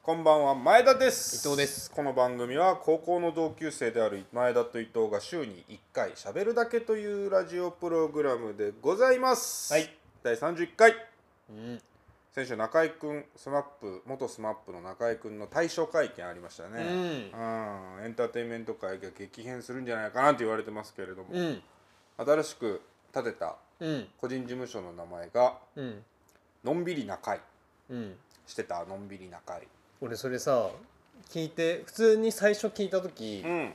こんばんは前田です伊藤ですこの番組は高校の同級生である前田と伊藤が週に1回しゃべるだけというラジオプログラムでございますはい第31回うん、先週中居君スマップ元スマップの中居君の対象会見ありましたうねん、うんエンターテインメント界が激変するんじゃないかなって言われてますけれども、うん、新しく建てたうん、個人事務所の名前がうん、のんびり中居うん。してたのんびり中俺それさ、聞いて普通に最初聞いた時居、うん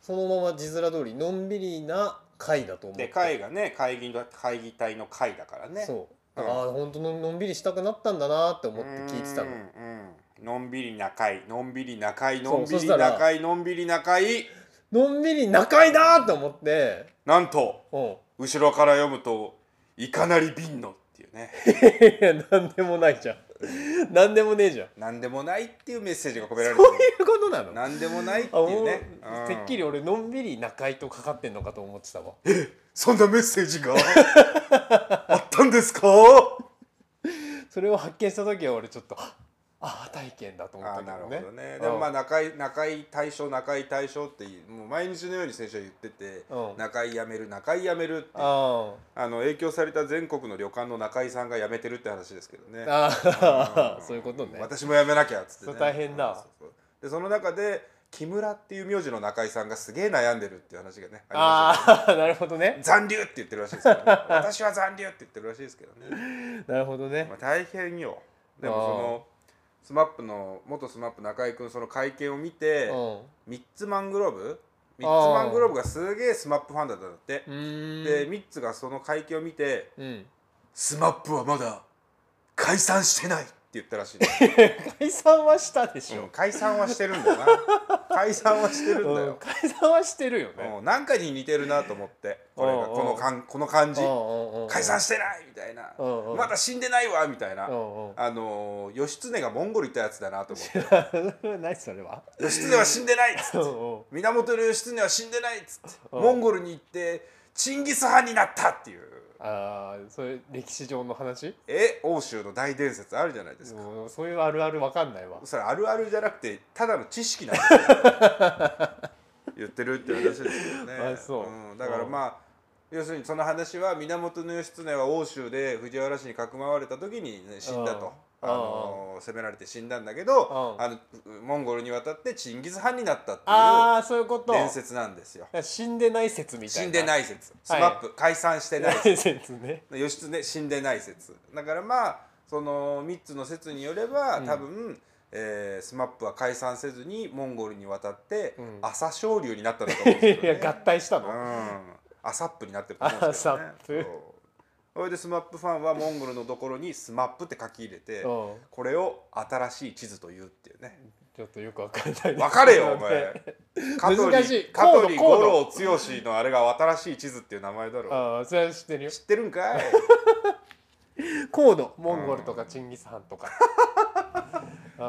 そのまま字面通りのんびりな会だと思って。で会がね会議の会議体の会だからねそう。うんああ本当ののんびりしたくなったんだなって思うってん聞いてたの。うんのんびり中居のんびり中居のんびそうそりしたら中居のんびり中居のんびり仲いいなーって思って。なんと うん。後ろから読むと「いかなり瓶の」っていうねいやなんでもないじゃん。なんでもねえじゃん。なんでもないっていうメッセージが込められてそうるいうことなの。なんでもないってあいうもうねうんてっきり俺のんびり仲いいとかかってんのかと思ってたわ。そんなメッセー ジがあったんですかそれを発見した時は俺ちょっとああ体験だと思っあたーけどなるほねどねでもまあ中居中居大将中居大将ってもう毎日のように先週は言っててうん中居辞める中居辞めるってああの影響された全国の旅館の中居さんが辞めてるって話ですけどねーあーんそういうことね私も辞めなきゃっつって、ね、それ大変だそうそうでその中で木村っていう名字の中居さんがすげえ悩んでるっていう話がねありまああなるほどしねたね残留って言ってるらしいですけ ど、ね、私は残留って言ってるらしいですけどね、なるほどねまあ、大変よでもそのスマップの元スマップ中居君その会見を見てうんミッツマングローブミあッツーマングローブがすげえスマップファンだったんだってうーんでミッツがその会見を見てうんスマップはまだ解散してないって言ったらしい、解散はしたでしうんょ、解散はしてるんだな解散はしてるんだうんよ、解散はしてるよねうん、なんかに似てるなと思ってこれがうんうんこのかんこの感じ解解散してないみたいなうんうんまだ死んでないわみたいなうんうんあのー義経がモンゴル行ったやつだなと思って 何それは義経は死んでないっつっうてんうん源義経は死んでないっつってうんモンゴルに行ってチンギス・ハンになったっていうああそれ歴史上の話え欧州の大伝説あるじゃないですかもうそういうあるあるわかんないわそれあるあるじゃなくてただの知識なんですよ 言ってるって話ですけどね、あそうんだからまあ要するにその話は源義経は欧州で藤原氏にかくまわれた時にね、死んだと。あうんの攻められて死んだんだけど、うんあのモンゴルに渡ってチンギス・ハンになったっていああそういうことう伝説なんですよ死んでない説みたい死なんでいない説スマはいップ、解散して ない説説ね義経死んでない説だからまあその3つの説によればうん多分、えー、スマップは解散せずにモンゴルに渡って、うん朝青龍になったんだと思うんです いよ、やね、合体したうのんアサップになってると思うんですけど、ねアサ、ップそうそれでスマップファンはモンゴルのところに「スマップって書き入れて、うんこれを新しい地図というっていう ねちょっとよくわかんないですけどね分かれよお前香取難しい香取コー五ド郎剛のあれが新しい地図っていう名前だろ ああそれは知ってるよ知ってるんかい高度モンゴルとかチンギス・ハンとか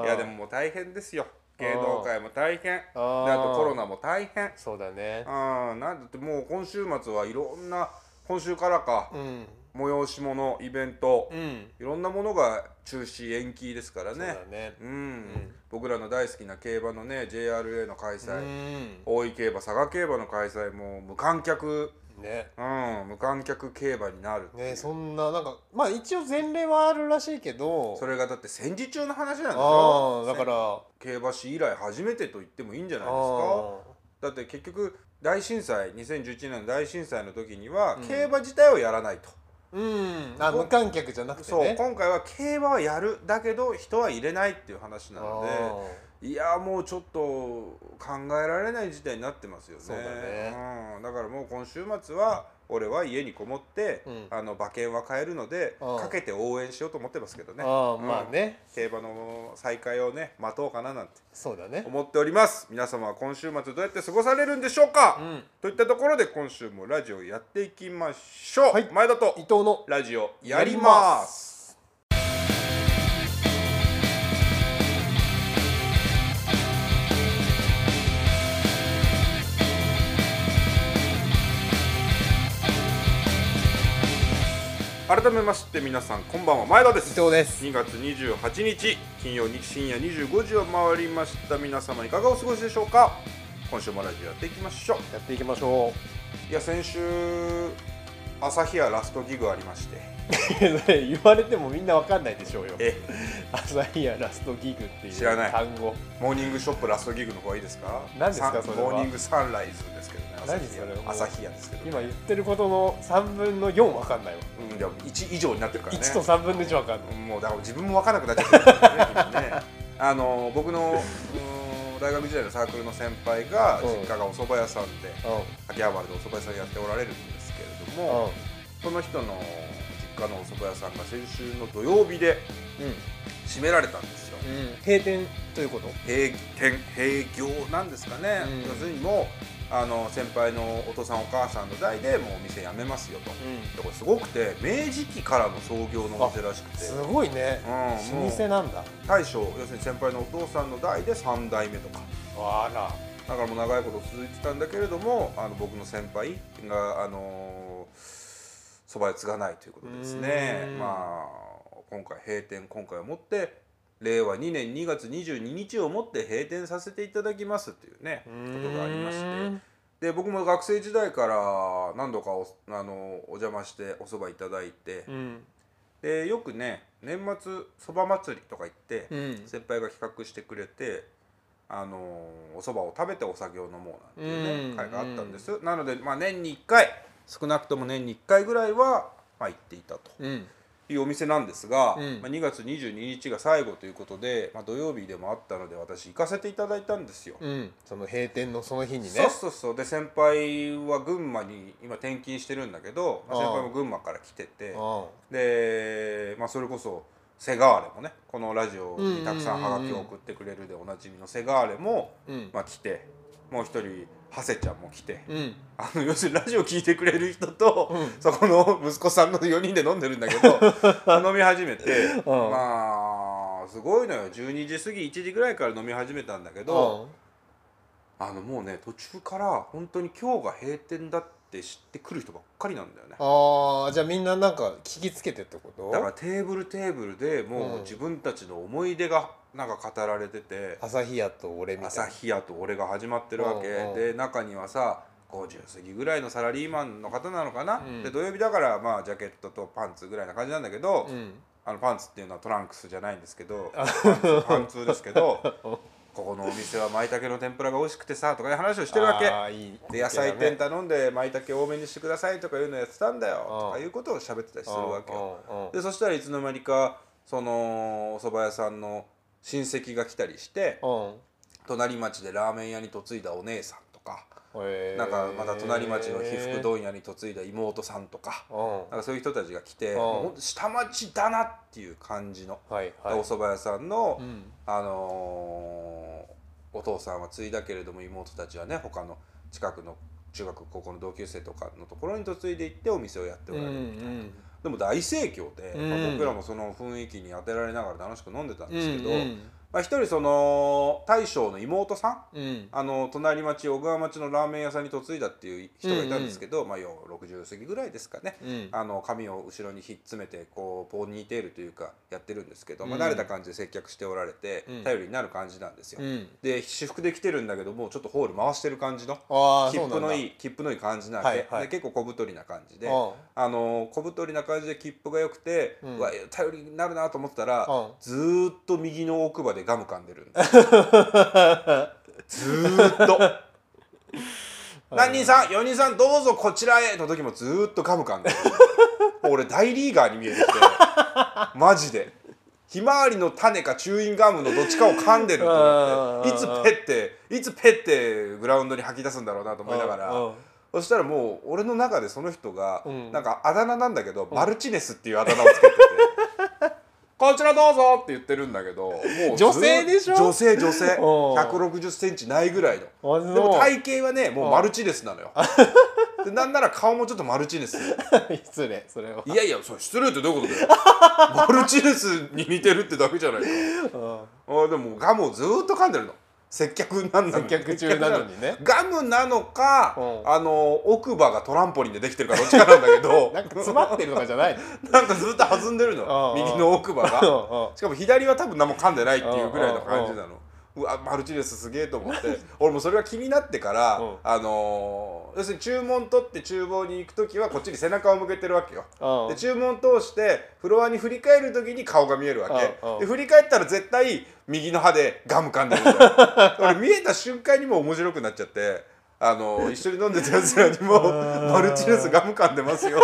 いやでももう大変ですよ芸能界も大変でああーとコロナも大変そうだねあーなんだってもう今週末はいろんな今週からかうん催し物イベントうんいろんなものが中止延期ですからそうねだねうん、僕らの大好きな競馬のね JRA の開う催、ん大井競馬佐賀競馬の開催も無観客ねうん無観客競馬になるっていうねそんななんかまあ一応前例はあるらしいけどそれがだって戦時中の話なんでしあょあだからあ競馬史以来初めてと言ってもいいんじゃないですかあだって結局大震災2011年の大震災の時には、うん競馬自体をやらないと、うんあ無観客じゃなくてそうね今回は競馬はやるだけど人は入れないっていう話なのでいやーもうちょっと考えられない事態になってますよねそうだねうん、だからもう今週末は俺は家にこもって、うんあの馬券は買えるのでああかけて応援しようと思ってますけどあねああうんまあね競馬の再開をね待とうかななんてそうだね思っております皆様は今週末どうやって過ごされるんでしょうか、うんといったところで今週もラジオやっていきましょう、はい前田と伊藤のラジオやりますす改めまして皆さんこんばんは前田です伊藤です2月28日金曜に深夜25時を回りました皆様いかがお過ごしでしょうか今週もラジオやっていきましょやっていきましょういや先週朝日屋ラストギグありましてうそれ 言われてもみんなわかんないでしょうよえ朝日やラストギグっていう知らない単語モーニングショップラストギグの方がいいですか何ですかサンそれはモーニングサンライズですけどね何朝日屋それ朝日屋ですけど、ね、今言ってることの3分の4わかんないわ、うんいや1以上になってるからね1と3分の1わかんないもうだから自分も分からなくなっちゃったんですよね 今ねあの僕のうーん大学時代のサークルの先輩がうん実家がお蕎麦屋さんでう秋葉原でお蕎麦屋さんやっておられるんですけれどんうんもその人の実家のお蕎麦屋さんが先週の土曜日で閉められたんですようん閉店ということ閉店閉業なんですかね、うん要するにもうあの先輩のお父さんお母さんの代でもうお店辞めますよと、でこれすごくて明治期からの創業のお店らしくてすごいねうんもう老舗なんだ大将要するに先輩のお父さんの代で3代目とかあらだからもう長いこと続いてたんだけれどもあの僕の先輩があのそば屋継がないということですねうーんまあ今回閉店今回をもって令和2年2月22日をもって閉店させていただきますというねことがありましてで僕も学生時代から何度かおあのお邪魔しておそばいただいてうんでよくね年末そば祭りとか行って、うん先輩が企画してくれて、あのーお蕎麦を食べてお酒を飲もうなんていうね、うん会があったんです、なので、まあ、年に1回少なくとも年に1回ぐらいは、まあ、行っていたとうんいうお店なんですが、うんまあ、2月22日が最後ということで、まあ、土曜日でもあったので私行かせていただいたんですよ。うんその閉店のその日にねそうそうそうで先輩は群馬に今転勤してるんだけど、まあああ先輩も群馬から来ててうんで、まあ、それこそセガーレもねこのラジオにたくさんハガキを送ってくれるでおなじみのセガーレも、うんまあ、来てもう一人ハセちゃんも来て、うんあの要するにラジオ聞いてくれる人と、うんそこの息子さんの4人で飲んでるんだけ ど飲み始めて、うんまあすごいのよ12時過ぎ1時ぐらいから飲み始めたんだけど、あのもうね途中から本当に今日が閉店だって知ってくる人ばっかりなんだよね。ああじゃあみんななんか聞きつけてってことだからテーブルテーブルでもうんう自分たちの思い出がなんか語られてて朝日屋と俺みたいな朝日屋と俺が始まってるわけうんうんで中にはさ50過ぎぐらいのサラリーマンの方なのかな、うんで土曜日だからまあジャケットとパンツぐらいな感じなんだけど、うんあのパンツっていうのはトランクスじゃないんですけ どパンツパンツですけどここのお店は舞茸の天ぷらが美味しくてさとかいう話をしてるわけあーいいで野菜店頼んで舞茸多めにしてくださいとかいうのやってたんだようんとかいうことを喋ってたりするわけよ。うんうんでそしたらいつの間にかそのお蕎麦屋さんの親戚が来たりしてうん隣町でラーメン屋に嫁いだお姉さんとか、へーなんかまた隣町の被服問屋に嫁いだ妹さんとか,、うんなんかそういう人たちが来て、うんもうほんと下町だなっていう感じの、はいではいお蕎麦屋さんの、うんあのーお父さんは継いだけれども妹たちはね他の近くの中学高校の同級生とかのところに嫁いで行ってお店をやっておられる。んでも大盛況で、まあうん僕らもその雰囲気に当てられながら楽しく飲んでたんうですけど、んまあ、一人その大将の妹さんうんあの隣町小川町のラーメン屋さんに嫁いだっていう人がいたんですけど、まあ、要は60過ぎぐらいですかねうんあの髪を後ろにひっ詰めてこうポニーテールというかやってるんですけど、まあ、うん慣れた感じで接客しておられて、うん頼りになる感じなんですよ。うんで私服で来てるんだけどもうちょっとホール回してる感じのああ切符のいいい切符のいい感じなわけ、はいはいで結構小太りな感じで。うんあのー小太りな感じで切符が良くて、ううんわ頼りになるなと思ってたら、うんずーっと右の奥歯でガム噛んでる んですずーっと「何人さん4人さんどうぞこちらへ」の時もずーっとガム噛んでるもう俺大リーガーに見えてきてマジでひまわりの種かチューインガムのどっちかを噛んでると思っていつうんペッていつペッてグラウンドに吐き出すんだろうなと思いながら。うんそしたらもう俺の中でその人が、うんなんかあだ名なんだけど、マルチネスっていうあだ名をつけてて 「こちらどうぞ!」って言ってるんだけどもうずっ女性でしょ女性女性1おう6 0ンチないぐらいのあそうでも体型はねもうマルチネスなのよでなんなら顔もちょっとマルチネス失礼それはいやいやそれ失礼ってどういう ことだよマルチネスに似てるってだけじゃないかうんあでもガムをずーっと噛んでるの接客なんな接の客中なのに ねガムなのか、うんあの奥歯がトランポリンでできてるかどっちかなんだけど なんか詰まってるとかじゃないのなんかずっと弾んでるのうんうん右の奥歯がうんうんしかも左は多分何も噛んでないっていうぐらいの感じなのうわマルチレスすげえと思って俺もそれが気になってから、うんあのー要するに注文取って厨房に行く時はこっちに背中を向けてるわけようでん注文通してフロアに振り返る時に顔が見えるわうんうんけで振り返ったら絶対右の歯でガム噛んでるの よ俺見えた瞬間にもう面白くなっちゃってあの ー一緒に飲んでたやつらにもあー「マルチレスガム噛んでますよ」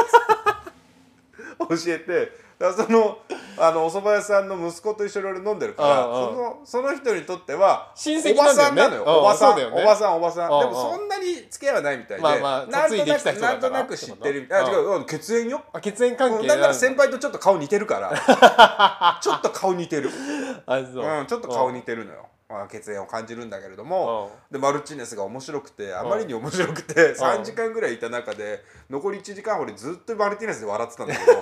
教えてだからそのあのお蕎麦屋さんの息子と一緒に俺飲んでるからうんうんそのその人にとっては親戚おばさなんんなだのよよねおばさん、うんそうだよねおばさんおばさんうんうんでもそんなに付き合いはないみたいで、まあまあなんと嫁いでなきたく人だなかんらとなく知ってるってことあ違う、うん、血縁よあ血縁関係だなんかだら先輩とちょっと顔似てるから ちょっと顔似てる、あそう、うん、ちょっと顔似てるのよ、まあ、血縁を感じるんだけれども、でマルチネスが面白くてあまりに面白くて、3時間ぐらいいた中で残り1時間俺ずっとマルチネス で笑ってたんだけど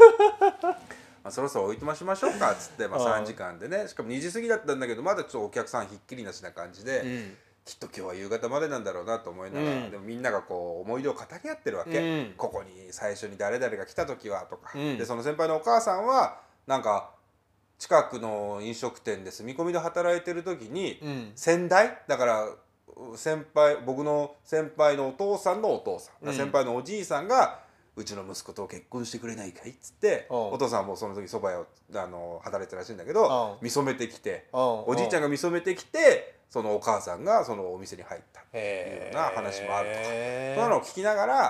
まあそろそろおいとましましょうかっつって、まあ、3うん時間でねしかも2時過ぎだったんだけどまだちょっとお客さんひっきりなしな感じで、うんきっと今日は夕方までなんだろうなと思いながら、うんでもみんながこう思い出を語り合ってるわけ、うんここに最初に誰々が来た時はとか、うんでその先輩のお母さんはなんか近くの飲食店で住み込みで働いてる時に、うん先代だからう先輩僕の先輩のお父さんのお父さん、うん先輩のおじいさんがうちの息子と結婚してくれないかいっつってうんお父さんはもうその時そば屋をあの働いてたらしいんだけどうん見初めてきておおじいちゃんがが見初めてきてそのお母さんがそのお店に入ったっていうような話もあるとか、そんなのを聞きながら、あやっ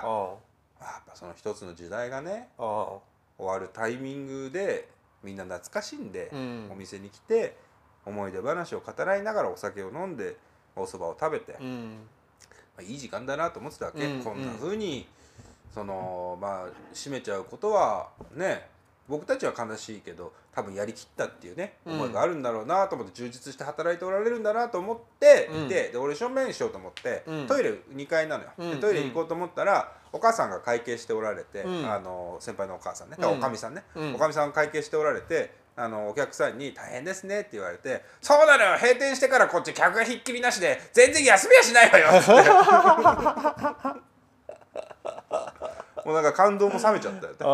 ぱその一つの時代がね終わるタイミングでみんな懐かしんで、うんお店に来て思い出話を語らいながらお酒を飲んでお蕎麦を食べて、うまんあ、いい時間だなと思ってたわけ、うんこんな風にそのまあ閉めちゃうことはね僕たちは悲しいけど多分やりきったっていうねうん思いがあるんだろうなと思って充実して働いておられるんだなと思ってうんいて、で俺正面しようと思って、うんトイレ2階なのよ、うんでトイレ行こうと思ったらお母さんが会計しておられて、うんあの先輩のお母さんね、うんおかみさんね、うんおかみさんが会計しておられてあのお客さんに「大変ですね」って言われて「そうなのよ閉店してからこっち客がひっきりなしで全然休みはしないわよ」つって。 もうなんか感動も冷めちゃったよね。うん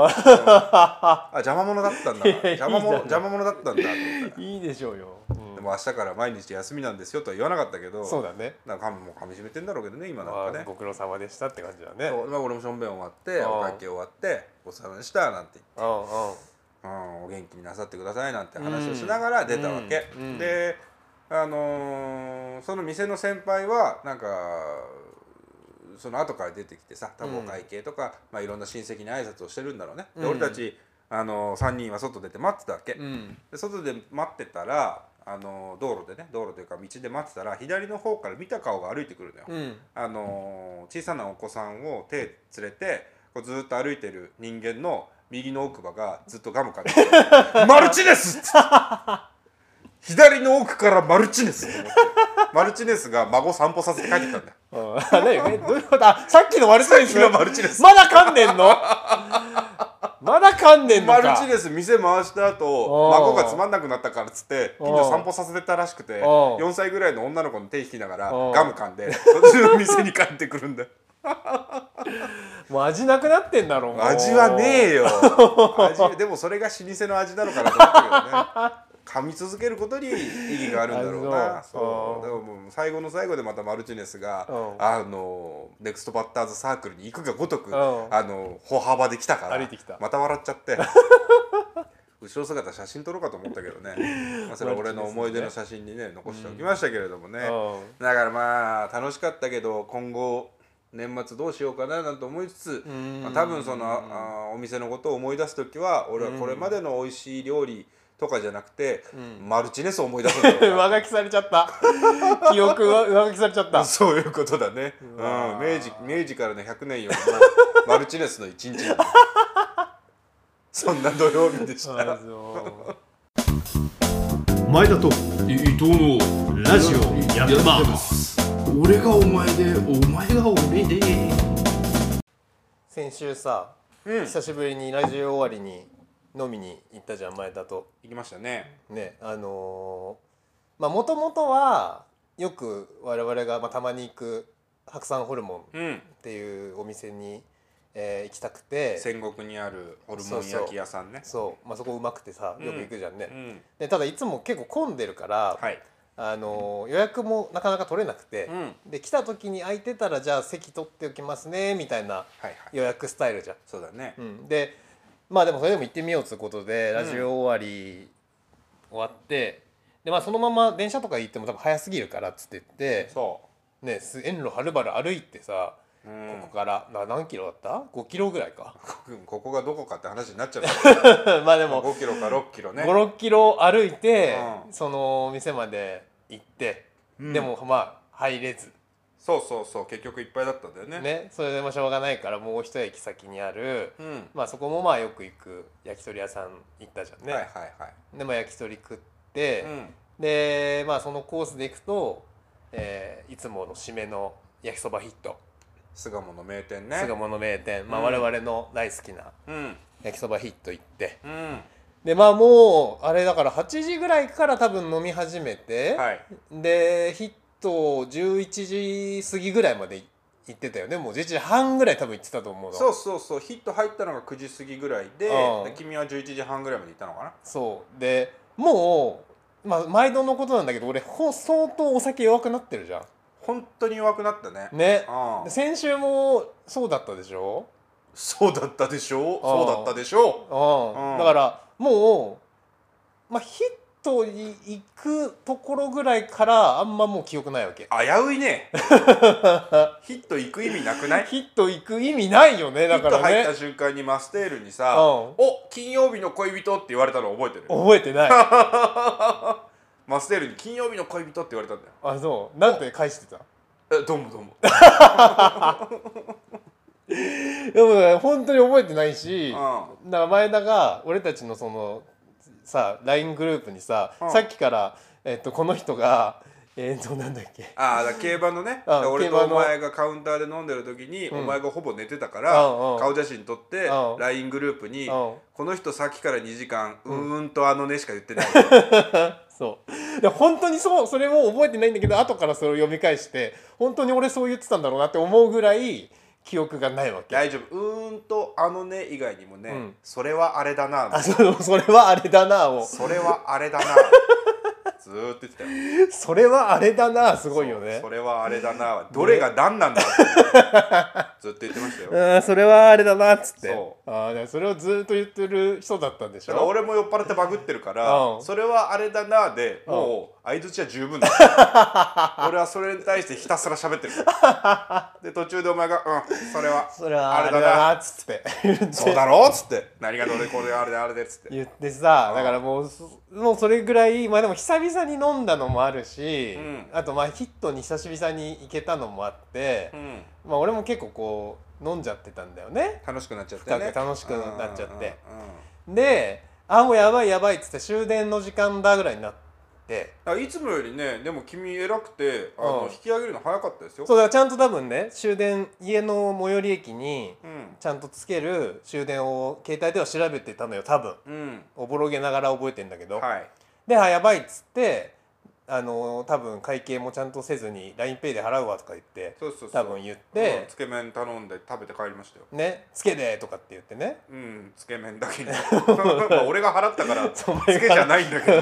あ邪魔者だったんだな。いやいい邪魔者いいんだ邪魔者だったんだと思った。いいでしょうよ、うんでも明日から毎日休みなんですよとは言わなかったけど、そうだねなんか噛みも噛み締めてんだろうけどね今なんまかあね。ご苦労様でしたって感じだねそうまあ俺もしょんべん終わってうんお会計終わってごちそうさまでしたなんて言ってうんうんうん、お元気になさってくださいなんて話をしながら出たわけ、うんうんで、あのーその店の先輩はなんかその後から出てきてさ多分お会計とか、まあ、いろんな親戚に挨拶をしてるんだろうね、でうん俺たち、あのー3人は外出て待ってたわけ、うんで外で待ってたら、あのー道路でね道路というか道で待ってたら左の方から見た顔が歩いてくるのよ、うんあのー小さなお子さんを手連れてこうずーっと歩いてる人間の右の奥歯がずっとガムか ってるマルチネス!」っつって左の奥からマルチネスと思ってマルチネスが孫散歩させて帰ってきたんだよあ何えどういうことあさっきの悪そうですさっきのマルチですまだ噛んでんのまだ噛んでんのマかルチネス店回した後おー孫がつまんなくなったからっつって近所散歩させてたらしくておー4歳ぐらいの女の子の手引きながらおーガム噛んでそっちの店に帰ってくるんだよもう味なくなってんだろもう味はねえ よ味でもそれが老舗の味なのかなと思ってるよね噛み続けることに意義があるんだろうなあそそううだからもう最後の最後でまたマルチネスがうんあのネクストバッターズサークルに行くがごとくうんあの歩幅で来たから歩いてきたまた笑っちゃって 後ろ姿写真撮ろうかと思ったけどね、 まあ、それは俺の思い出の写真にね残しておきましたけれどもね、うんだからまあ楽しかったけど今後年末どうしようかななんて思いつつ、んまあ多分そのあーお店のことを思い出す時は俺はこれまでの美味しい料理とかじゃなくて、マルチネスを思い出すんだ ろうな上書きされちゃった記憶が上書きされちゃったそういうことだね、うん、わー明治明治からの100年よりも マルチネスの一日なんだそんな土曜日でした。あそう前田と伊藤のラジオやってます俺がお前でお前が俺で先週さ、久しぶりにラジオ終わりに飲みに行ったじゃん前田と行きましたね。ねあのーまあもともとはよく我々が、まあ、たまに行く白山ホルモンっうんていうお店に、えー行きたくて戦国にあるホルモン焼き屋さんねそう、まあ、そこうまくてさよく行くじゃんね、うんでただいつも結構混んでるから、はいあのー予約もなかなか取れなくてうん、はいで来た時に空いてたらじゃあ席取っておきますねみたいなはい予約スタイルじゃん。そうだねうん、でまあでもそれでも行ってみようということでラジオ終わり終わって、でまあ、そのまま電車とか行っても多分早すぎるからっつって言って、そね、す遠路はるばる歩いてさ、ううんここからな何キロだった ?5 キロぐらい かここがどこかって話になっちゃうまあ でも5キロか6キロね56キロ歩いて、うんそのお店まで行って、うんでもまあ入れず、そうそうそう結局いっぱいだったんだよねね、それでもしょうがないからもう一駅先にある、うんまあ、そこもまあよく行く焼き鳥屋さん行ったじゃんね、はいはいはいでまあ焼き鳥食って、うんでまあそのコースで行くと、えーいつもの締めの焼きそばヒット巣鴨の名店ね巣鴨の名店、まあ、うん我々の大好きなうん焼きそばヒット行ってうんでまあもうあれだから8時ぐらいから多分飲み始めて、はいでヒット11時過ぎぐらいまで行ってたよねもう11時半ぐらい多分行ってたと思うのそうそうそうヒット入ったのが9時過ぎぐらいでうんで君は11時半ぐらいまで行ったのかなそうでもう、まあ、毎度のことなんだけど俺ほ相当お酒弱くなってるじゃ本当に弱くなったねんねあで先週もそうだったでしょそうだったでしょうあそうだったでしょうんうんだからもう、まあ、ヒットに行くところぐらいからあんまもう記憶ないわけう危うい ねヒット行く意味なくないヒット行く意味ないよねヒだッかトら入っねた瞬間にマステールにさ「うんお金曜日の恋人」って言われたの覚えてる覚えてないマステールに「金曜日の恋人」って言われたんだよあそうなんて返してたえどうもどうもでもね本当に覚えてないし、うだから前田が俺たちのそのさ LINE グループにさ、うんさっきから、えっとこの人がえっとなんだっけああだから競馬のねあだから俺と競馬おの前がカウンターで飲んでる時に、んお前がほぼ寝てたから、うんうん顔写真撮って、うん LINE グループに、うんこの人さっきから2時間、うーんとあのね」しか言 ってないそうで本当にそうそれを覚えてないんだけど後からそれを読み返して本当に俺そう言ってたんだろうなって思うぐらい記憶がないわけ大丈夫「うーんとあのね」以外にもね、うんそれはあれだな」あそうそれはあれだなをそれはあれだ なずーっと言ってたよそれはあれだなすごいよねそれはあれだなどれが何なんだってずっと言ってましたよだうんそれはあれだなっつってそあーでそれをずっと言ってる人だったんでしからょ俺も酔っ払ってバグってるから、うんそれはあれだなでもう相づちは十分だ 俺はそれに対してひたすら喋ってるからで途中でお前が「うんそれはそれはあれだなあっつって 言ってそうだろ?」っつって「何がどれこれあれであれで」っつって言ってさだからもうそもうそれぐらいまあでも久々に飲んだのもあるし、うんあとまあヒットに久しぶりに行けたのもあってう、んまあ俺も結構こう飲んじゃってたんだよね楽しくなっちゃってね深く楽しくなっちゃってうんうんうんであもうやばいやばいっつって終電の時間だぐらいになってだからいつもよりねでも君偉くてあの、うん引き上げるの早かったですよそうだからちゃんと多分ね終電家の最寄り駅にうんちゃんとつける終電を携帯では調べてたのよ多分うんおぼろげながら覚えてんだけど、はいであやばいっつってあの多分会計もちゃんとせずに LINEPay で払うわとか言ってそうそうそう多分言っうんてつ、け麺頼んで食べて帰りましたよねつけでとかって言ってねうんつけ麺だけ にまあ俺が払ったからつそうお前けがじゃないんだけど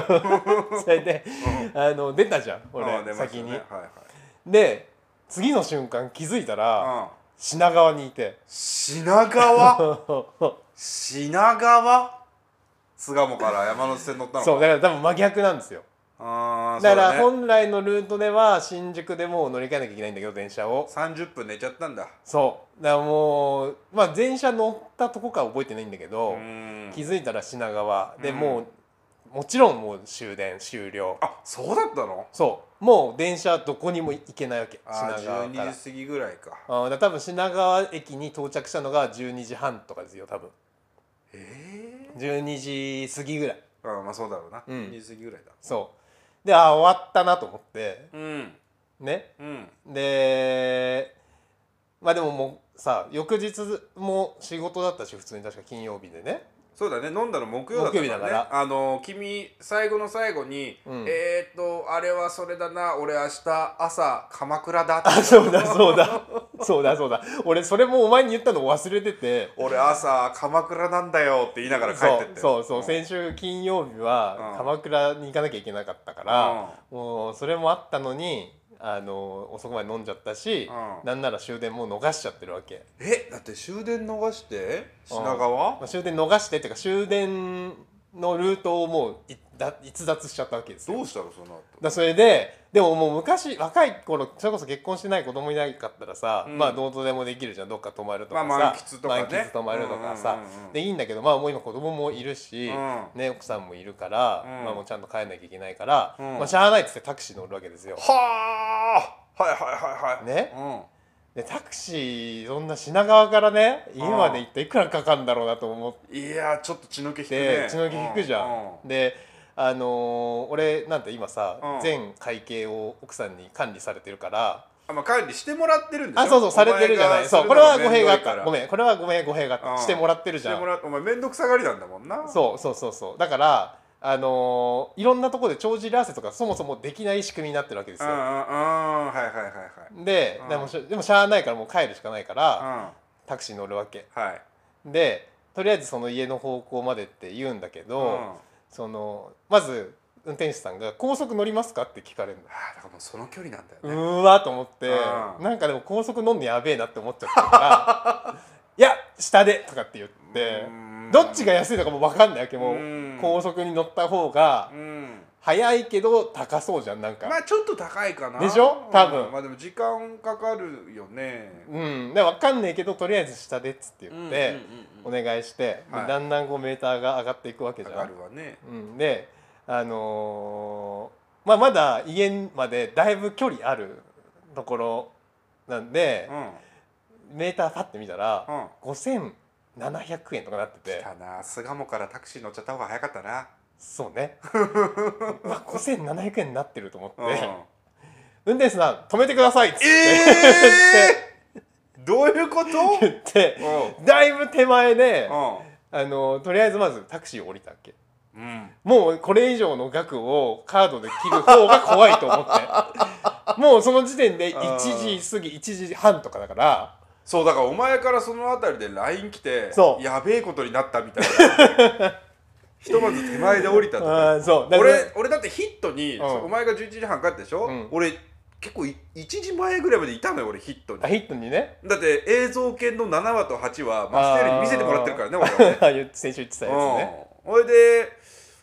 それで、あの出たじゃんああ俺出ました先ねに、はいで次の瞬間気づいたら、はい、うん、品川にいて品川そ品川巣鴨から山手線乗ったのうだから多分真逆なんですよああだからそう本来のルートでは新宿でもう乗り換えなきゃいけないんだけど電車をだね、30分寝ちゃったんだそうだからもうまあ電車乗ったとこかは覚えてないんだけど、うん気づいたら品川で、うんもうもちろんもう終電終了あそうだったのそうもう電車どこにも行けないわけああ品川から12時過ぎぐらいかあーだから多分品川駅に到着したのが12時半とかですよ多分え12時過ぎぐらいえああまあそうだろうな、うん2時過ぎぐらいだそうであー終わったなと思ってうんねうんでまあでももうさ翌日も仕事だったし普通に確か金曜日でね そうだね飲んだの木曜だったから,、ね木曜日だからあの君最後の最後に、うんえー、っとあれはそれだな俺明日朝鎌倉だってあそうだそうだそうだそうだ俺それもお前に言ったの忘れてて俺朝鎌倉なんだよって言いながら帰ってってそうそうそう先先週金曜日はうん鎌倉に行かなきゃいけなかったから、もうそれもあったのにあの遅くまで飲んじゃったし、うんなんなら終電もう逃しちゃってるわけ、えだって終電逃して品川まあ、終電逃してっていうか終電のルートをもういだ逸脱しちゃったわけですよどうしたのその後だそれででももう昔若い頃それこそ結婚してない子供いなかったらさ、うんまあどうとでもできるじゃんどっか泊まるとかさ、まあ満喫とかね満喫泊まるとかさ、うんうんうんうんでいいんだけどまあもう今子供もいるし、うんね、奥さんもいるから、うんまあ、もうちゃんと帰んなきゃいけないから、うんまあ、しゃあないっつってタクシー乗るわけですよ。はあはいはいはいはいねうんでタクシーそんな品川からね家まで行っていくらかかるんだろうなと思っいやーちょっと血の気引くてね血の気引くじゃ。うんであのー俺なんて今さ、うん全会計を奥さんに管理されてるから。あまあ管理してもらってるんでしょあ、そうそう、されてるじゃない。そう、これは語弊があった。ごんめん、これはごめん、語弊があった。うんしてもらってるしじてゃんも。らお前面倒くさがりなんだもんなそうそうそうそう。だから、あのーいろんなところで帳尻合わせとかそもそもできない仕組みになってるわけですうんうんうんよ。はいはいはいはいでうんでもしょでもしゃあないからもう帰るしかないからうタクシー乗るわけんはいでとりあえずその家の方向までって言うんだけど、うんそのまず運転手さんが「高速乗りますか?」って聞かれるの。あーだからもうその距離なんだようねーわと思って、うんなんかでも高速飲んでやべえなって思っちゃったから 「いや下で」とかって言ってうんどっちが安いのかも分かんないわけもうんう高速に乗った方がうん早いけど高そうじゃんなんまかあちょっと高いかなでしょ多分うんまあでも時間かかるよねうんで分かんないけどとりあえず下でっつって言っておおね願いしてではいだんだんこうメーターが上がっていくわけじかゃかんるわねうんであのーまあまだ家までだいぶ距離あるところなんでうんうんメーターパッて見たら5700円とかなって来てたな巣鴨からタクシー乗っちゃった方が早かったなそうね うわ5700円になってると思ってうん運転手さん止めてくださいっつって、ええ どういうこと言ってうだいぶ手前んで、あのとりあえずまずタクシーを降りたっけうんもうこれ以上の額をカードで切る方が怖いと思っ てもうその時点で1時過ぎ1時半とかだからそうだからお前からそのあたりで LINE 来てそうやべえことになったみたいな ひとまず手前で降りたとかあーそうだから俺俺だってヒットに、んそうお前が11時半帰ったでしょ、うん俺結構い1時前ぐらいまでいたのよ俺ヒットにあヒットにねだって映像系の7話と8話マステールに見せてもらってるからね 俺はね先週言ってたやつねうんほいで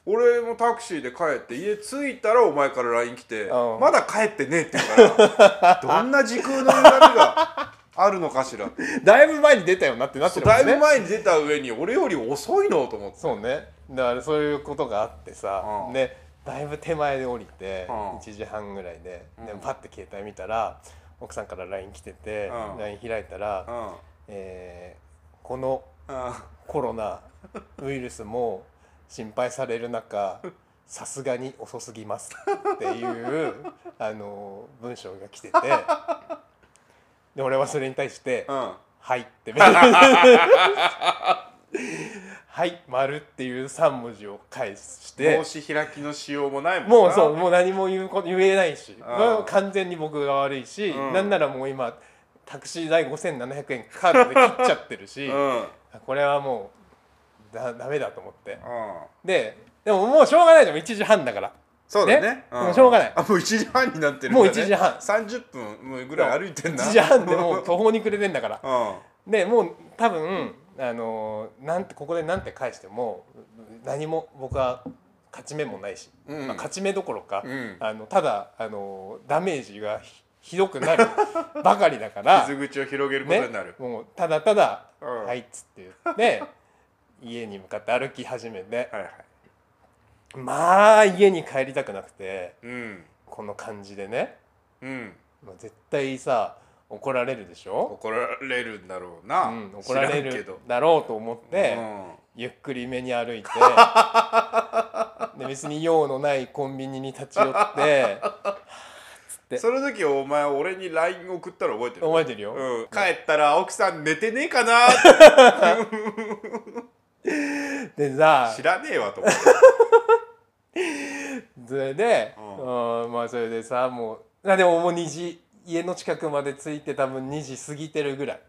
俺もタクシーで帰って家着いたらお前から LINE 来てう「んまだ帰ってねえ」って言うからどんな時空の歪みがあるのかしらってだいぶ前に出たよなってなってるもんだねいぶ前に出た上に俺より遅いのと思ってそうねだからそういうことがあってさ、うんでだいぶ手前で降りて、うん1時半ぐらいで,、でうんパッて携帯見たら奥さんから LINE 来てて、うん LINE 開いたら、うんえーこのうんコロナウイルスも心配され る中さすがに遅すぎますっていうあの文章が来ててで俺はそれに対して「うんはいってメール はい丸っていう三文字を返して帽子開きのしようもないもんなもうそうもう何も言うこと言えないしんもう完全に僕が悪いし、うんなんならもう今タクシー代5700円カードで切っちゃってるし、うんうんこれはもうだダメだと思ってででももうしょうがないじゃん1時半だからそうだねねもうしょうがないあもう1時半になってるもう1時半30分もうぐらい歩いてんな1時半でもう途方に暮れてんだからうんでもう多分あのーなんてここでなんて返しても何も僕は勝ち目もないし、うんまあ、勝ち目どころか、うんあのただあのーダメージがひひどく なるばかりだから、傷口を広げることになる、もうただただ「うんはい」っつって 言って家に向かって歩き始めてはいはいまあ家に帰りたくなくてうんこの感じでねうんもう絶対さ怒られるでしょ、怒られるんだろうな、うん、怒られ知んけるどだろうと思って。うゆっくりめに 歩いてで別に用のないコンビニに立ち寄 ってん、その時お前俺に LINE 送ったら覚えてる覚えてるよ、 うん、帰ったら奥さん寝てねえかなってでさ知らねえわと思ってそれで、ううん、まあそれでさもうあでももう2時家の近くまで着いて多分2時過ぎてるぐらい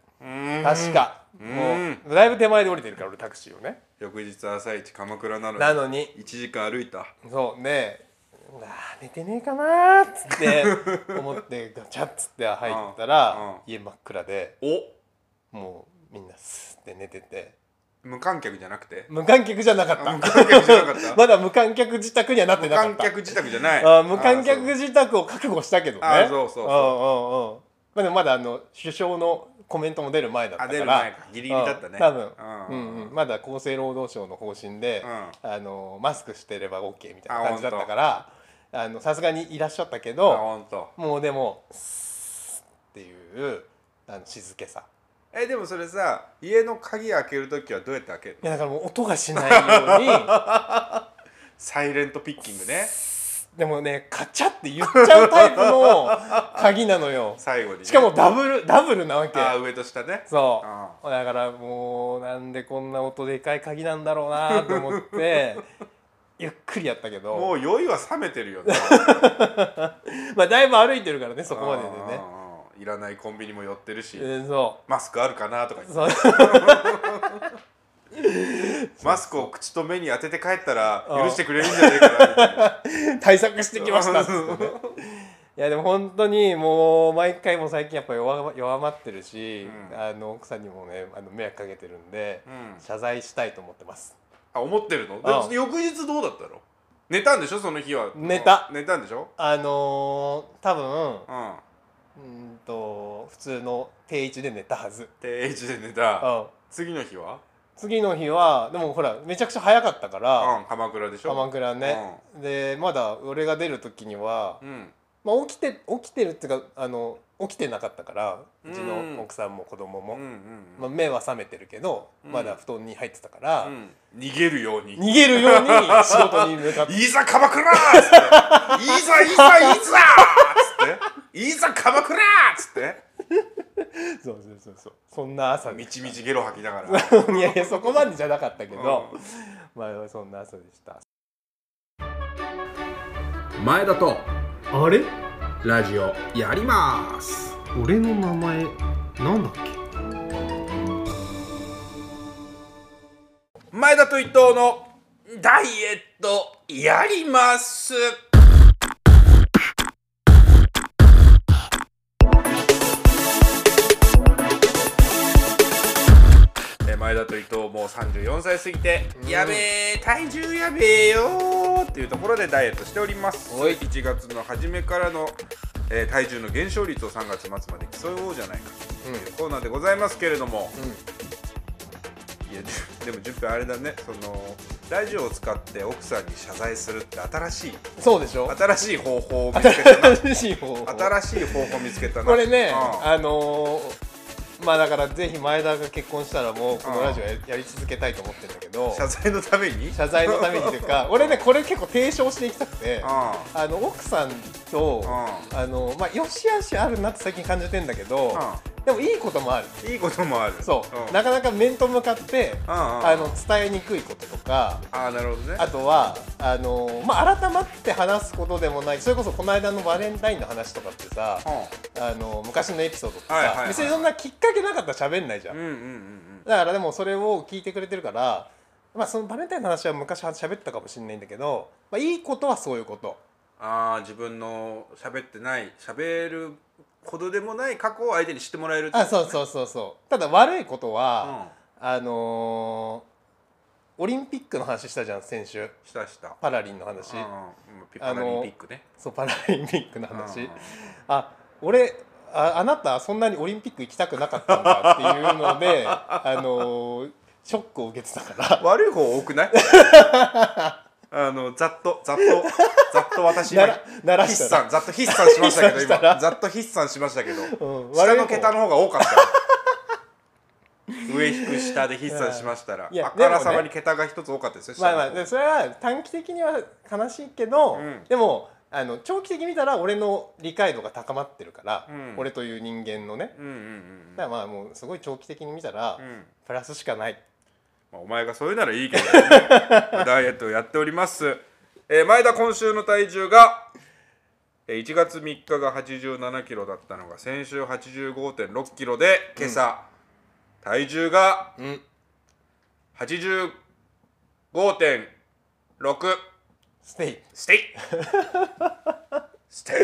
確か、うんもうだいぶ手前で降りてるから俺タクシーをね翌日朝一鎌倉なのになのに1時間歩いたそうねうわー寝てねえかなーっつって 思ってガチャッつって入ったうんうんら家真っ暗でおもうみんなスーって寝てて無観客じゃなくて無観客じゃなかっあた無観客じゃなかった まだ無観客自宅にはなって無なかっ観た客自宅じゃないあー無観客あーそう自宅を覚悟したけどねあそうそうそううんうんうんまあでもまだあの首相のコメントも出る前だったあから出る前かギリギリだったねうん多分ううんんうんまだ厚生労働省の方針で、うあのマスクしてれば OK みたいあな感じだったからあのさすがにいらっしゃったけどあほんともうでもスーッっていうあの静けさえでもそれさ家の鍵開ける時はどうやって開けるいのやだからもう音がしないように サイレントピッキングねでもねカチャって言っちゃうタイプの鍵な のよ最後にねしかもダブルダブルなわけあー上と下ねそうだからもうなんでこんな音でかい鍵なんだろうなと思って ゆっくりやったけどもう酔いは冷めてるよねまあだいぶ歩いてるからね そこまででねうんうんいらないコンビニも寄ってるしうんそマスクあるかなとか言う ってそうマスクを口と目に当てて帰ったら許してくれるんじゃないかなみたいな対策してきましたっつっ てねいやでも本当にもう毎回もう最近やっぱ弱ま弱まってるし、うんあの奥さんにもねあの迷惑かけてるんで、うん謝罪したいと思ってますあ思ってるのああで翌日どうだったの寝たんでしょその日は寝た寝たんでしょあのー、多分うんうーんと普通の定位置で寝たはず、定位置で寝うたん、次の日は次の日はでもほらめちゃくちゃ早かったから、うん鎌倉でしょ鎌倉ね、でまだ俺が出る時には、うんまあ、起きて起きてるっていうかあの起きてなかったからうちうんの奥さんも子供うも、んうんまあ、目は覚めてるけど、うんまだ布団に入ってたから、うん逃げるように逃げるよ うに仕事に向かっていざ鎌倉っつっていざいざいざっつっていざ鎌倉っつってそうそうそうそうそんな朝みにちみちゲロ吐きながらいやいやそこまでじゃなかったけど、まあそんな朝でした前田とあれラジオやります俺の名前なんだっけ前田と伊藤のダイエットやりますえー前田と伊藤もう34歳過ぎて、やべえ体重やべえよーっていうところでダイエットしておりますおい1月の初めからの、えー体重の減少率を3月末まで競おうじゃないかというコーナーでございますけれども、いやで でも10分あれだねそのラジオを使って奥さんに謝罪するって新しいそうでしょ新しい方法を見つけ たな新しい方法新しい方法を見つけたなこれね、うんあのーまあだからぜひ前田が結婚したらもうこのラジオややり続けたいと思ってるんだけど謝罪のために謝罪のためにとい うか俺ねこれ結構提唱していきたくてうあの奥さんとうあのまあよしあしあるなって最近感じてんだけどでもいいこともあるんいいこともあるそうななかなか面と向かってうんうんあの伝えにくいこととかあーなるほどねあとはあのまあ改まって話すことでもないそれこそこの間のバレンタインの話とかってさあの昔のエピソードってさ、はいはいはい別にそんなきっかけなかったら喋んないじゃん、うんうんうんうんだからでもそれを聞いてくれてるから、まあ、そのバレンタインの話は昔は喋ったかもしれないんだけど、まあ、いいことはそういうことああ自分の喋ってない喋るほどでもない過去を相手に知ってもらえるってあそうそうそうそうただ悪いことうんは、あのーオリンピックの話したじゃん先週したしたパラリンの話、うんうんうんピあパのラリンピックねそうパラリンピックのうん話、うんあ俺ああなたそんなにオリンピック行きたくなかったんだっていうので あのーショックを受けてたから悪い方多くない あのざっとざっとざっと私今ならなら筆した算らざっと筆算しま したけど筆算したら今ざっと筆算しましたけど、うん下悪いの方桁の方が多かった上引く下で筆算しましたらいやあからさでまもにね桁が一つ多かったですよまあ下まあの方でそれは短期的には悲しいけど、うんでもあの長期的に見たら俺の理解度が高まってるから、うん俺という人間のねうんうんうんだからまあもうすごい長期的に見たら、うんプラスしかないまあ、お前がそういうならいいけど、 まあダイエットをやっております、えー前田今週の体重がえー1月3日が8 7キロだったのが先週8 5 6キロで今朝、体重がうん85.6ステイステ イステイ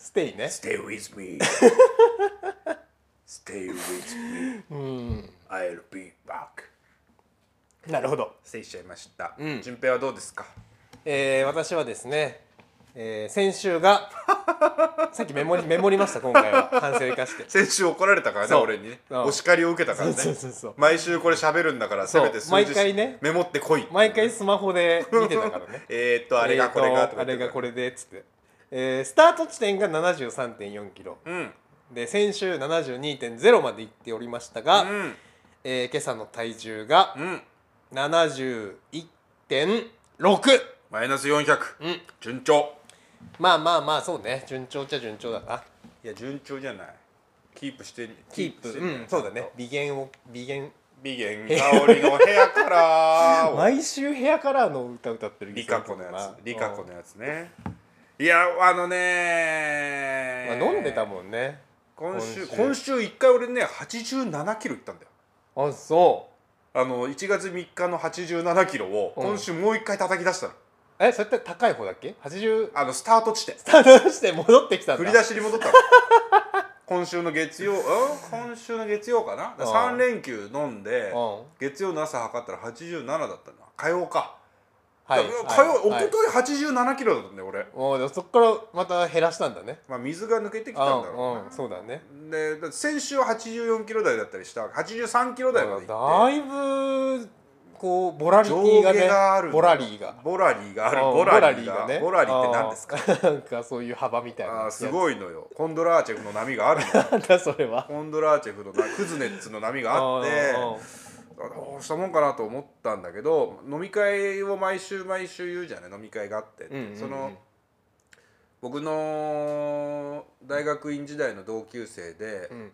ステイね Stay with me. Stay with me. I'll be back. なるほど、失礼しちゃいました。ん順平はどうですか。えー、私はですね、えー、先 週がさっきメモりメモりました今回は反省を生かして先週怒られたからね、そう俺にね、うんお叱りを受けたからね。そうそうそうそう毎週これ喋るんだから、せそうめて数字毎回ねメモってこい。毎回スマホで見てたからね えーっと、あれがこれえがーととかあ言れってがたかこれでっつって、えー、スタート地点が7 3 4キロら。うん。で先週72.0まで行っておりましたが、うん。えー今朝の体重がうん。 71.6マイナス400。ん順調。まあまあまあそうね順調っちゃ順調だないや、順調じゃない。キープして。キープうんそうだね。微減を微減美源香りの部屋 からを。毎週ヘアカラーの歌歌ってるリカコのやつリカコのややつねいやあのねまあ、飲んでたもんね今週今今週一回俺ね87キロいったんだよあそあの1月3日の87キロをうん今週もう一回叩き出したの、うえそれって高い方だっけ80あのスタート地点出して戻ってきたんだ振り 出しに戻ったの 今週の月曜うん今週の月曜かなうん3連休飲んでうんは月曜の朝測ったら87だったな火曜か、いだから火曜、はい一昨日87キロだったんだよ俺、もうでもそっからまた減らしたんだねまあ、水が抜けてきうたんだろうなんうんそうだねでだって先週は84キロ台だったりした83キロ台まで行だっていぶこうボラリティがねんだボラリーがボラリーがあるうんボラリーがボねボラリーって何ですかあーなんかそういう幅みたいなあーすいごいのよコンドラーチェフの波がある のなんだそれはコンドラーチェフのなクズネッツの波があってうんうんうんあどうしたもんかなと思ったんだけど飲み会を毎週毎週言うじゃない飲み会があってって、うんうんうんその僕の大学院時代の同級生で、ん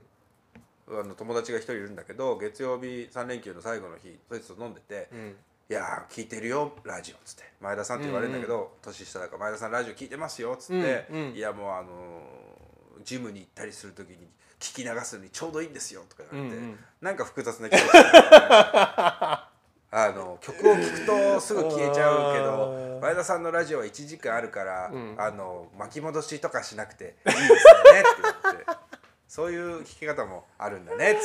あの友達が一人いるんだけど月曜日3連休の最後の日そいつと飲んでて「んいやー聞いてるよラジオ」っつって「前田さん」って言われるんだけど、年下だから「前田さんラジオ聞いてますよ」っつって「うんうんいやもうあのージムに行ったりする時に聞き流すのにちょうどいいんですよ」とか言われて、うんうんなんか複雑な気持ちになっ たあの曲を聴くとすぐ消えちゃうけあどー前田さんのラジオは1時間あるから、んあの巻き戻しとかしなくていいですよねって言ってそういう聞き方もあるんだねっつ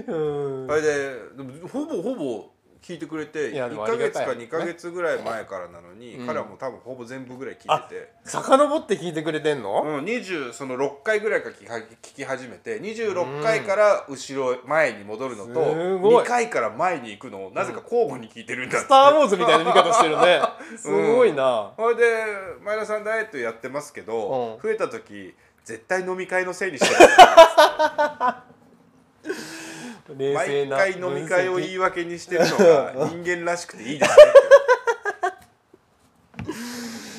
ってうんそれででもほぼほぼ聞いてくれていやで1もヶ月あかりがたいね2ヶ月ぐらい前からなのに、彼はもう多分ほぼ全部ぐらい聞いてて。遡って聞いてくれてんの、うん、20その6回ぐらいから聞きは聞き始めて26回から後ろ前に戻るのと、すごい2回から前に行くのをなぜか交互に聞いてるんだって、スター・ウォーズみたいな見方してるねすごいな、それで前田さんダイエットやってますけど、うん増えた時絶対飲み会のせいにしてる冷静毎な回飲み会を言うい訳にしてるのが人間らしくていいですねって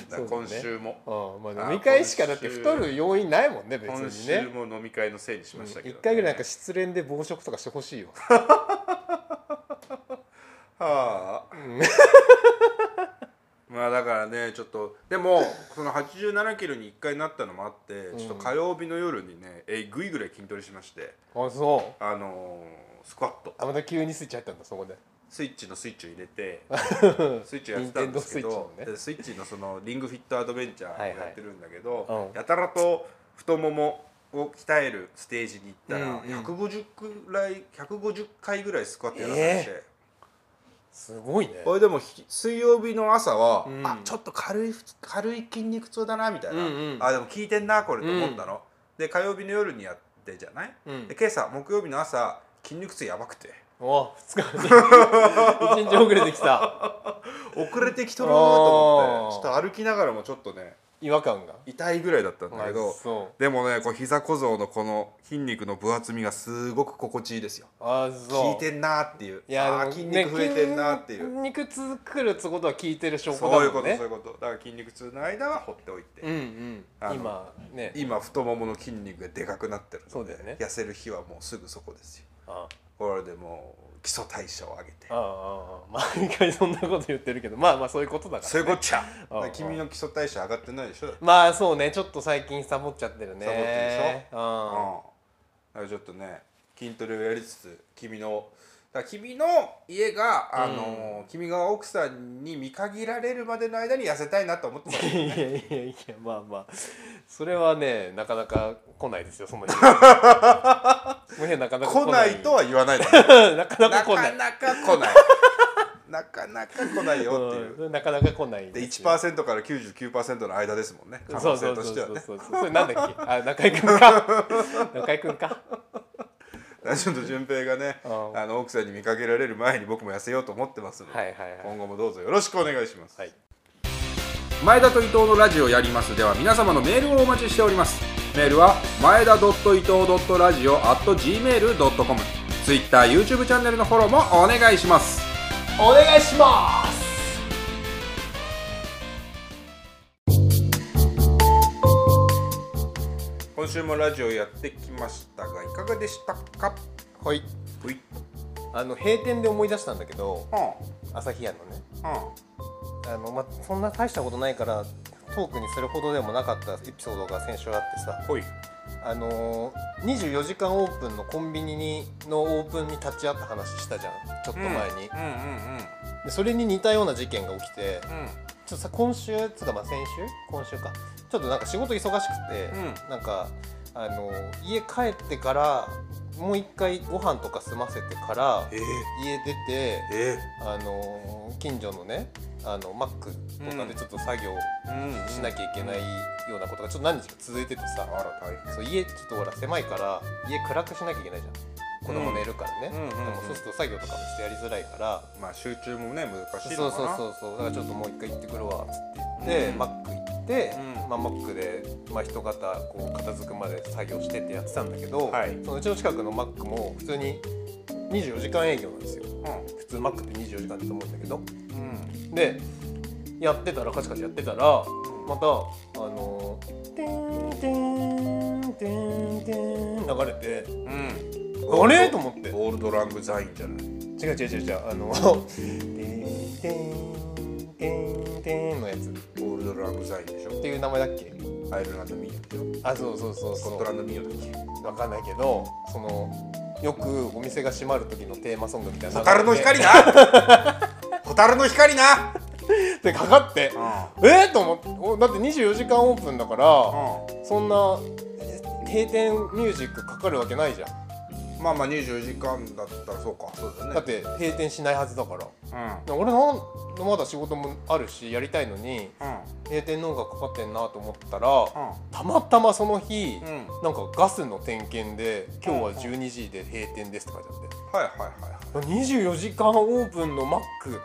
だから今週も、うんまあ、飲み会しかだって太る要因ないもんね別今に週ねも飲み会のせいにしましたけど、一回ぐらいなんか失恋で暴食とかしてほしいよはあ、まあだ からねちょっとでもその8 7キロに1回なったのもあって、ちょっと火曜日の夜にねえぐいぐらい筋トレしましてあそうあのースクワットあまた急にスイッチ入ったんだそこでスイッチのスイッチを入れ てスイッチをやってたんですけど Nintendo Switch のでねス,、イッチのそのリングフィットアドベンチャーをはいはいやってるんだけど、うんやたらと太ももを鍛えるステージに行ったら、うんうん150くらい150回ぐらいスクワットやらされて。えすごいねこれでもひ水曜日の朝は、うんあちょっと軽い軽い筋肉痛だなみたいな、うんうんあでも効いてんなこれと思ったの、で火曜日の夜にやってじゃない、うんで今朝木曜日の朝筋肉痛やばくてお2日目に一日遅れてきた遅れてきとるなと思っあてーちょっと歩きながらもちょっとね違和感が痛いぐらいだったんだけどあそでもねこう膝小僧のこの筋肉の分厚みがすごく心地いいですよあ効そういてんなっていういやあーでも筋肉増えてんなっていう、ね筋筋肉作るってことは効いてる証拠だそういうもこんと、ねそういうことだから筋肉痛の間は放っておいて、うんあうのん今ね今太ももの筋肉がでかくなってるのでそうだよね痩せる日はもうすぐそこですよあこれでもう基礎代謝を上げてああああ 毎回そんなこと言ってるけどまあまあそういうことだかそうらいうこっちゃうんうんだから君の基礎代謝上がってないでしょ、まあそうねちょっと最近サボっちゃってるねサボってるでしょうん、だからちょっとね筋トレをやりつつ君のだから君の家があの、君が奥さんに見限られるまでの間に痩せたいなと思ってたんだよいね やいやいやまあまあそれはねなかなか来ないですよそ の日その日はなかなか来ないとは言わないで なかななか来なかいなか来ないなかなか来ない よっていう、うんなかなか来ないんでですよ1%から99%の間ですもんね可そ能うそ性うとそしうてはそうねそうそれなんだっけあ中居君 か中居君かだからちょっと順平がねうんあの奥さんに見かけられる前に僕も痩せようと思ってますので、はいはいはい今後もどうぞよろしくお願いします、はい前田と伊藤のラジオやりますでは皆様のメールをお待ちしておりますメールは前田伊藤ラジオ at gmail.com ツイッター YouTube チャンネルのフォローもお願いしますお願いします今週もラジオやってきましたがいかがでしたかはいほいあの閉店で思い出したんだけどうん朝日屋のねうんあの、まあ、そんな大したことないからトークにするほどでもなかったエピソードが先週あってさほいあのー、24時間オープンのコンビニにのオープンに立ち会った話したじゃんちょっと前に、うんうんでそれに似たような事件が起きてうんちょっとさ今週つうかまあ先週今週かちょっとなんか仕事忙しくて、うんなんかあのー家帰ってからもう一回ご飯とか済ませてからえー、家出てえあのー近所のねあのマックとかでちょっと作業ー、うんしなきゃいけないようなことがちょっと何日か続いててさ、あら大変そう家ちょっとほら狭いから家暗くしなきゃいけないじゃん子供寝るからね、うんうんうんうんでもそうすると作業とかもしてやりづらいから、まあ集中もね難しいそのうかそうなそうそうだからちょっともう一回行ってくるわっつって言って、うんマック行って、うんまあ、マックで、まあ、人型こう片付くまで作業してってやってたんだけど、はいそのうちの近くのマックも普通に24時間営業なんですよう普通マックって24時間だと思うんだけどんうんでやってたらカチカチやってたらまたあのー「てんてんてんてん」流れてうんあれと思ってオールドラングザインじゃない違う違う違う違うあの 「てんてんてんてん」のやつっオールドラングザインでしょていう名前だっけアイルランドミーヨでしあそうそうそうょスそコットランうドミーヨだっけわかんないけどそのよくお店が閉まる時のテーマソングみたいなホタルの光 っなホタルの光なてかかってえっと思っておだって24時間オープンだからうそんなえ閉店ミュージックかかるわけないじゃんんまあまあ24時間だったらそうかそうだねだって閉店しないはずだからう俺なんまだ仕事もあるしやりたいのにん閉店の方がかかってんなと思ったら、うんたまたまその日、うんなんかガスの点検で「今日は12時で閉店です」って書いてはいはいはいはいあって24時間オープンのマック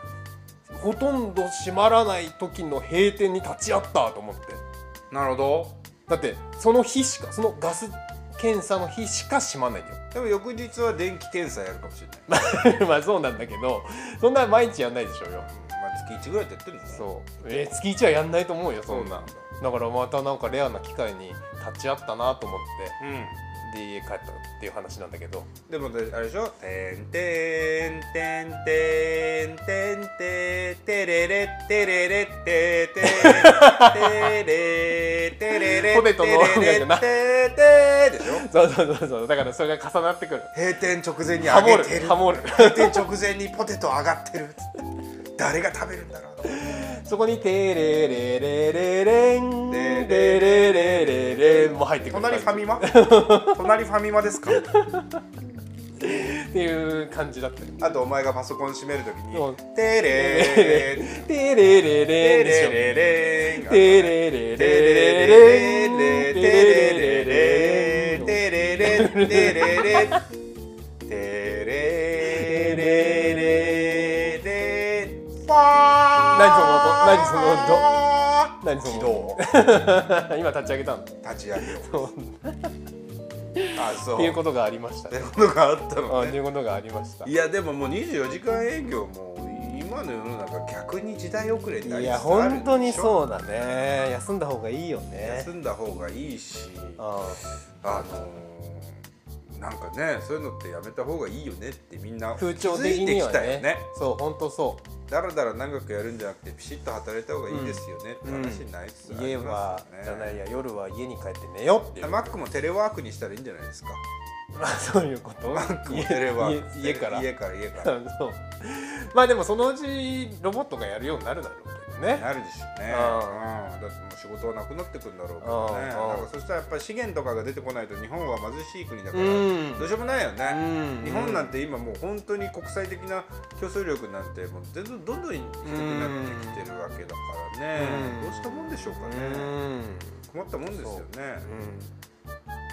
ほとんど閉まらない時の閉店に立ち会ったと思ってなるほどだってその日しかそのガス検査の日しか閉まんないんだよでも翌日は電気検査やるかもしれない、ま まあそうなんだけどそんな毎日やんないでしょうよあ、月1ぐらいでやってるんですそうえー月1はやんないと思うよそんな、うんだからまたなんかレアな機会に立ち会ったなと思っうんてで家帰ったっていう話なんだ けどでもねあれでしょ「てんてんてんてんてんてんてれれてれれてててれてれれポテトの音楽てれれなててでしょそうそうそうそうだからそれが重なってくる閉店直前にハ上げモるてるハモる閉店直前にポテト上がってるっつって誰が食べるんだろうそこに「テレレレレレン」「レレレレレレン」も入ってくる隣ファミマ隣ファミマですかっていう感じだったよあとお前がパソコン閉めるときにう「んてれー」 「テレレレン」でしょ「テレレレレレン」「テレレレレン」何その今立ち上げたのっそうていうことがありましたね。あっていうことがありました。いやでももう24時間営業も今の世の中逆に時代遅れになりいつつやある本んでしょ当にそうだね。休んだ方がいいよね休。んだ方がいいしああのーなんかねそういうのってやめた方がいいよねってみんな風潮的には気づいてきたねよねそう本当そだらだら長くやるんじゃなくてピシッと働いた方がいいですよねって話になりつつうあ家りはますよね、じゃないや夜は家に帰って寝ようっていうマックもテレワークにしたらいいんじゃないですかまあそういうことマックもテレワーク家家家から家から家かそうまあでもそのうちロボットがやるようになるだろうけどらねなるでしょうね、あうん、だってもう仕事はなくなってくるんだろうからねああだからそしたらやっぱり資源とかが出てこないと日本は貧しい国だかうらんどうしようもないよね、うん日本なんて今もう本当に国際的な競争力なんてもう全然どんどん低くなってきてるわけだからね、うどんうしたもんでしょうかうね、ん困ったもんですよね、うん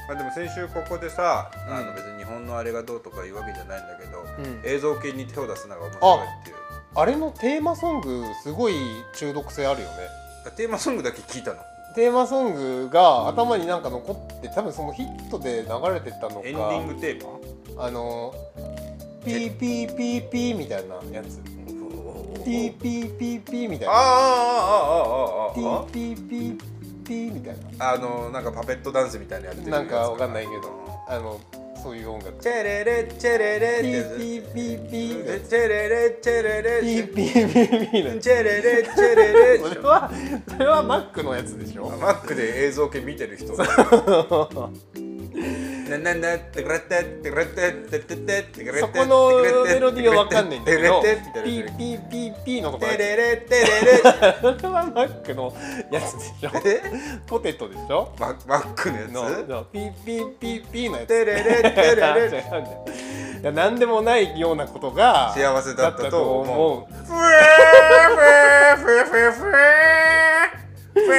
まあ、でも先週ここでさ、うんあの別に日本のあれがどうとかいうわけじゃないんだけど、うん映像系に手を出すのが面白いっていうあれのテーマソングすごい中毒性あるよねテーマソングだけ聞いたのテーマソングが頭になんか残って多分そのヒットで流れてたのかエンディングテーマあのピーピーピーピーみたいなやつピーピーピーピーみたいああなあああああピああーピーピーピーみたいあのなんかパペットダンスみたいなやってるなやつなんかわかんないけどあのそういう音楽チェレレチェレレっピてやーつピーピーピーでチェレレチェレレピーピーピーピーチェレレチェレレそれはそれはマックのやつでしょマックで映像系見てる人なななってくれてってくれてってってってってくれてそこのメロディーはわかんないんだけどてピれてってーピーピーピーのことテだレレテレレそれはマックのやつでしょえポテトでしょママックのやのつのピーピーピーピーのやつテレレテレレいや何でもないようなことが幸せだったと思だったと思うふえふえふえふえふえ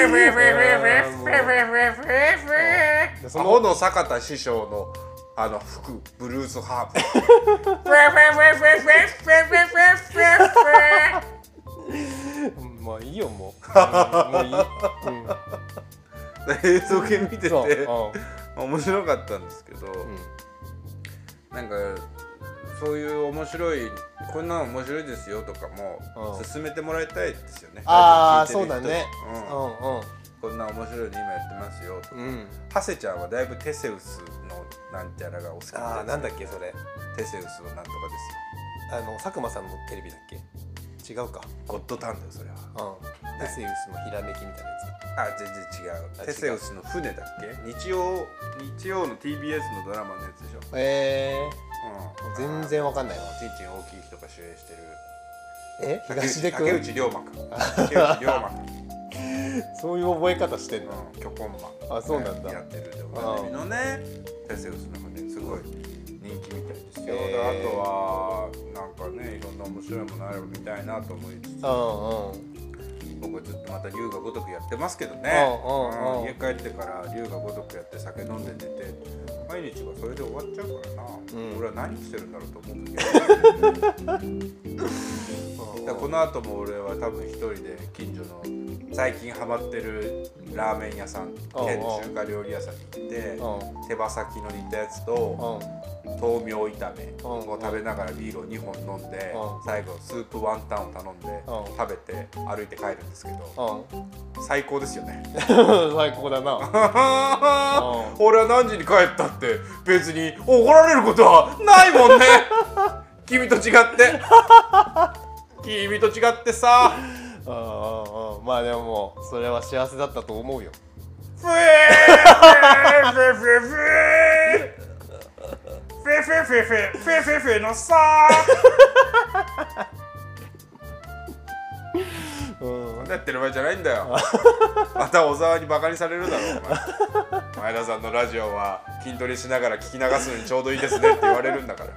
ふえふえふえふえふえふえふえでそそののの坂田師匠のあの服ブルースハープうんまあいいよもううんもういい、うん、映像系見ててそう、面白かったんですけど、うんなんかそういう面白いこんなの面白いですよとかもうん勧めてもらいたいですよね。ああラジオそ聞ういてる人だねうんこんな面白いの今やってますよとか。うんうんハセちゃんはだいぶテセウスのなんちゃらがお好きですああなんだっけそれテセウスのなんとかですあの佐久間さんのテレビだっけ違うかよ。ゴッドタンだよそれは。うんテセウスのひらめきみたいなやあ全然違あう。テセウスの船だっけ？日曜日曜の TBS のドラマのやつでしょ。つえうんー、全然わかんないわちんちん大きい人が主演してるえ東出竹君内涼真君竹内涼真君そういう覚え方してんの、うん巨根マンあそうなんだやってるでおなじみのねテセウスの船すごい人気みたいですよ、へーであとはなんかねいろんな面白いものあれば見たいなと思いつつうんうん僕はずっとまた龍が如くやってますけどね、うんうんうん家帰ってから龍が如くやって酒飲んで寝て毎日がそれで終わっちゃうからな、ん俺は何してるんだろうと思うんだけどだ からこの後も俺は多分一人で近所の最近ハマってるラーメン屋さんうん県中華料理屋さんに行ってう手羽先の煮たやつとうん豆苗炒めをうん食べながらビールを2本飲んでうん最後スープワンタンを頼んでうん食べて歩いて帰るんですけどう最高ですよねん最高だな俺は何時に帰ったって別に怒られることはないもんね君と違って君と違ってさうんうんうんまあでももうそれは幸せだったと思うよふえふえふえふえふえふえふえふえふえふえふえのさうん何やってる場合じゃないんだ よまた小沢にバカにされるだろうお前前田さんのラジオは筋トレしながら聞き流すのにちょうどいいですねって言われるんだから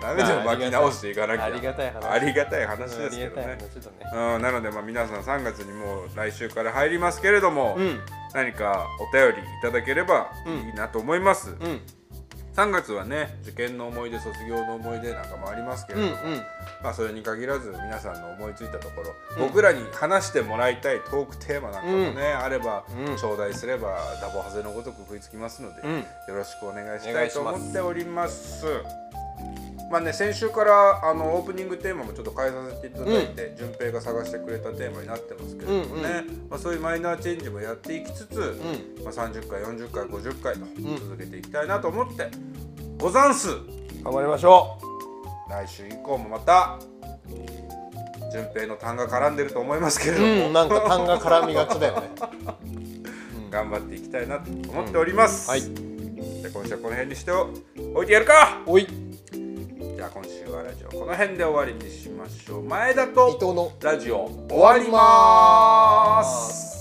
ダメだよまあ巻き直していかなきゃありがたい話ありがたい話ですけありがどたい話ねだねうん、なのでまあ皆さん3月にもう来週から入りますけれども、ん何かお便りいただければいいなと思います、うん3月はね受験の思い出卒業の思い出なんかもありますけれうどんも、うんまあ、それに限らず皆さんの思いついたところ、僕らに話してもらいたいトークテーマなんかもね、あれば、うん頂戴すればダボハゼのごとく食いつきますので、うんよろしくお願いしおた願いいしとます思っております。まあね、先週からあのオープニングテーマもちょっと変えさせていただいて、順平が探してくれたテーマになってますけれどもね、まあ、そういうマイナーチェンジもやっていきつつ、まあ、30回40回50回と続けていきたいなと思って、ござんす頑張りましょ来週以降もまた順平の単が絡んでると思いますけれどう、も、うん、なんか痰が絡みがちだよね頑張っていきたいなと思っております、はいじゃあ今週はこの辺にしておいてやるかおい伊じゃあ今週はラジオこの辺で終わりにしましょう前田と藤のラジオ終わります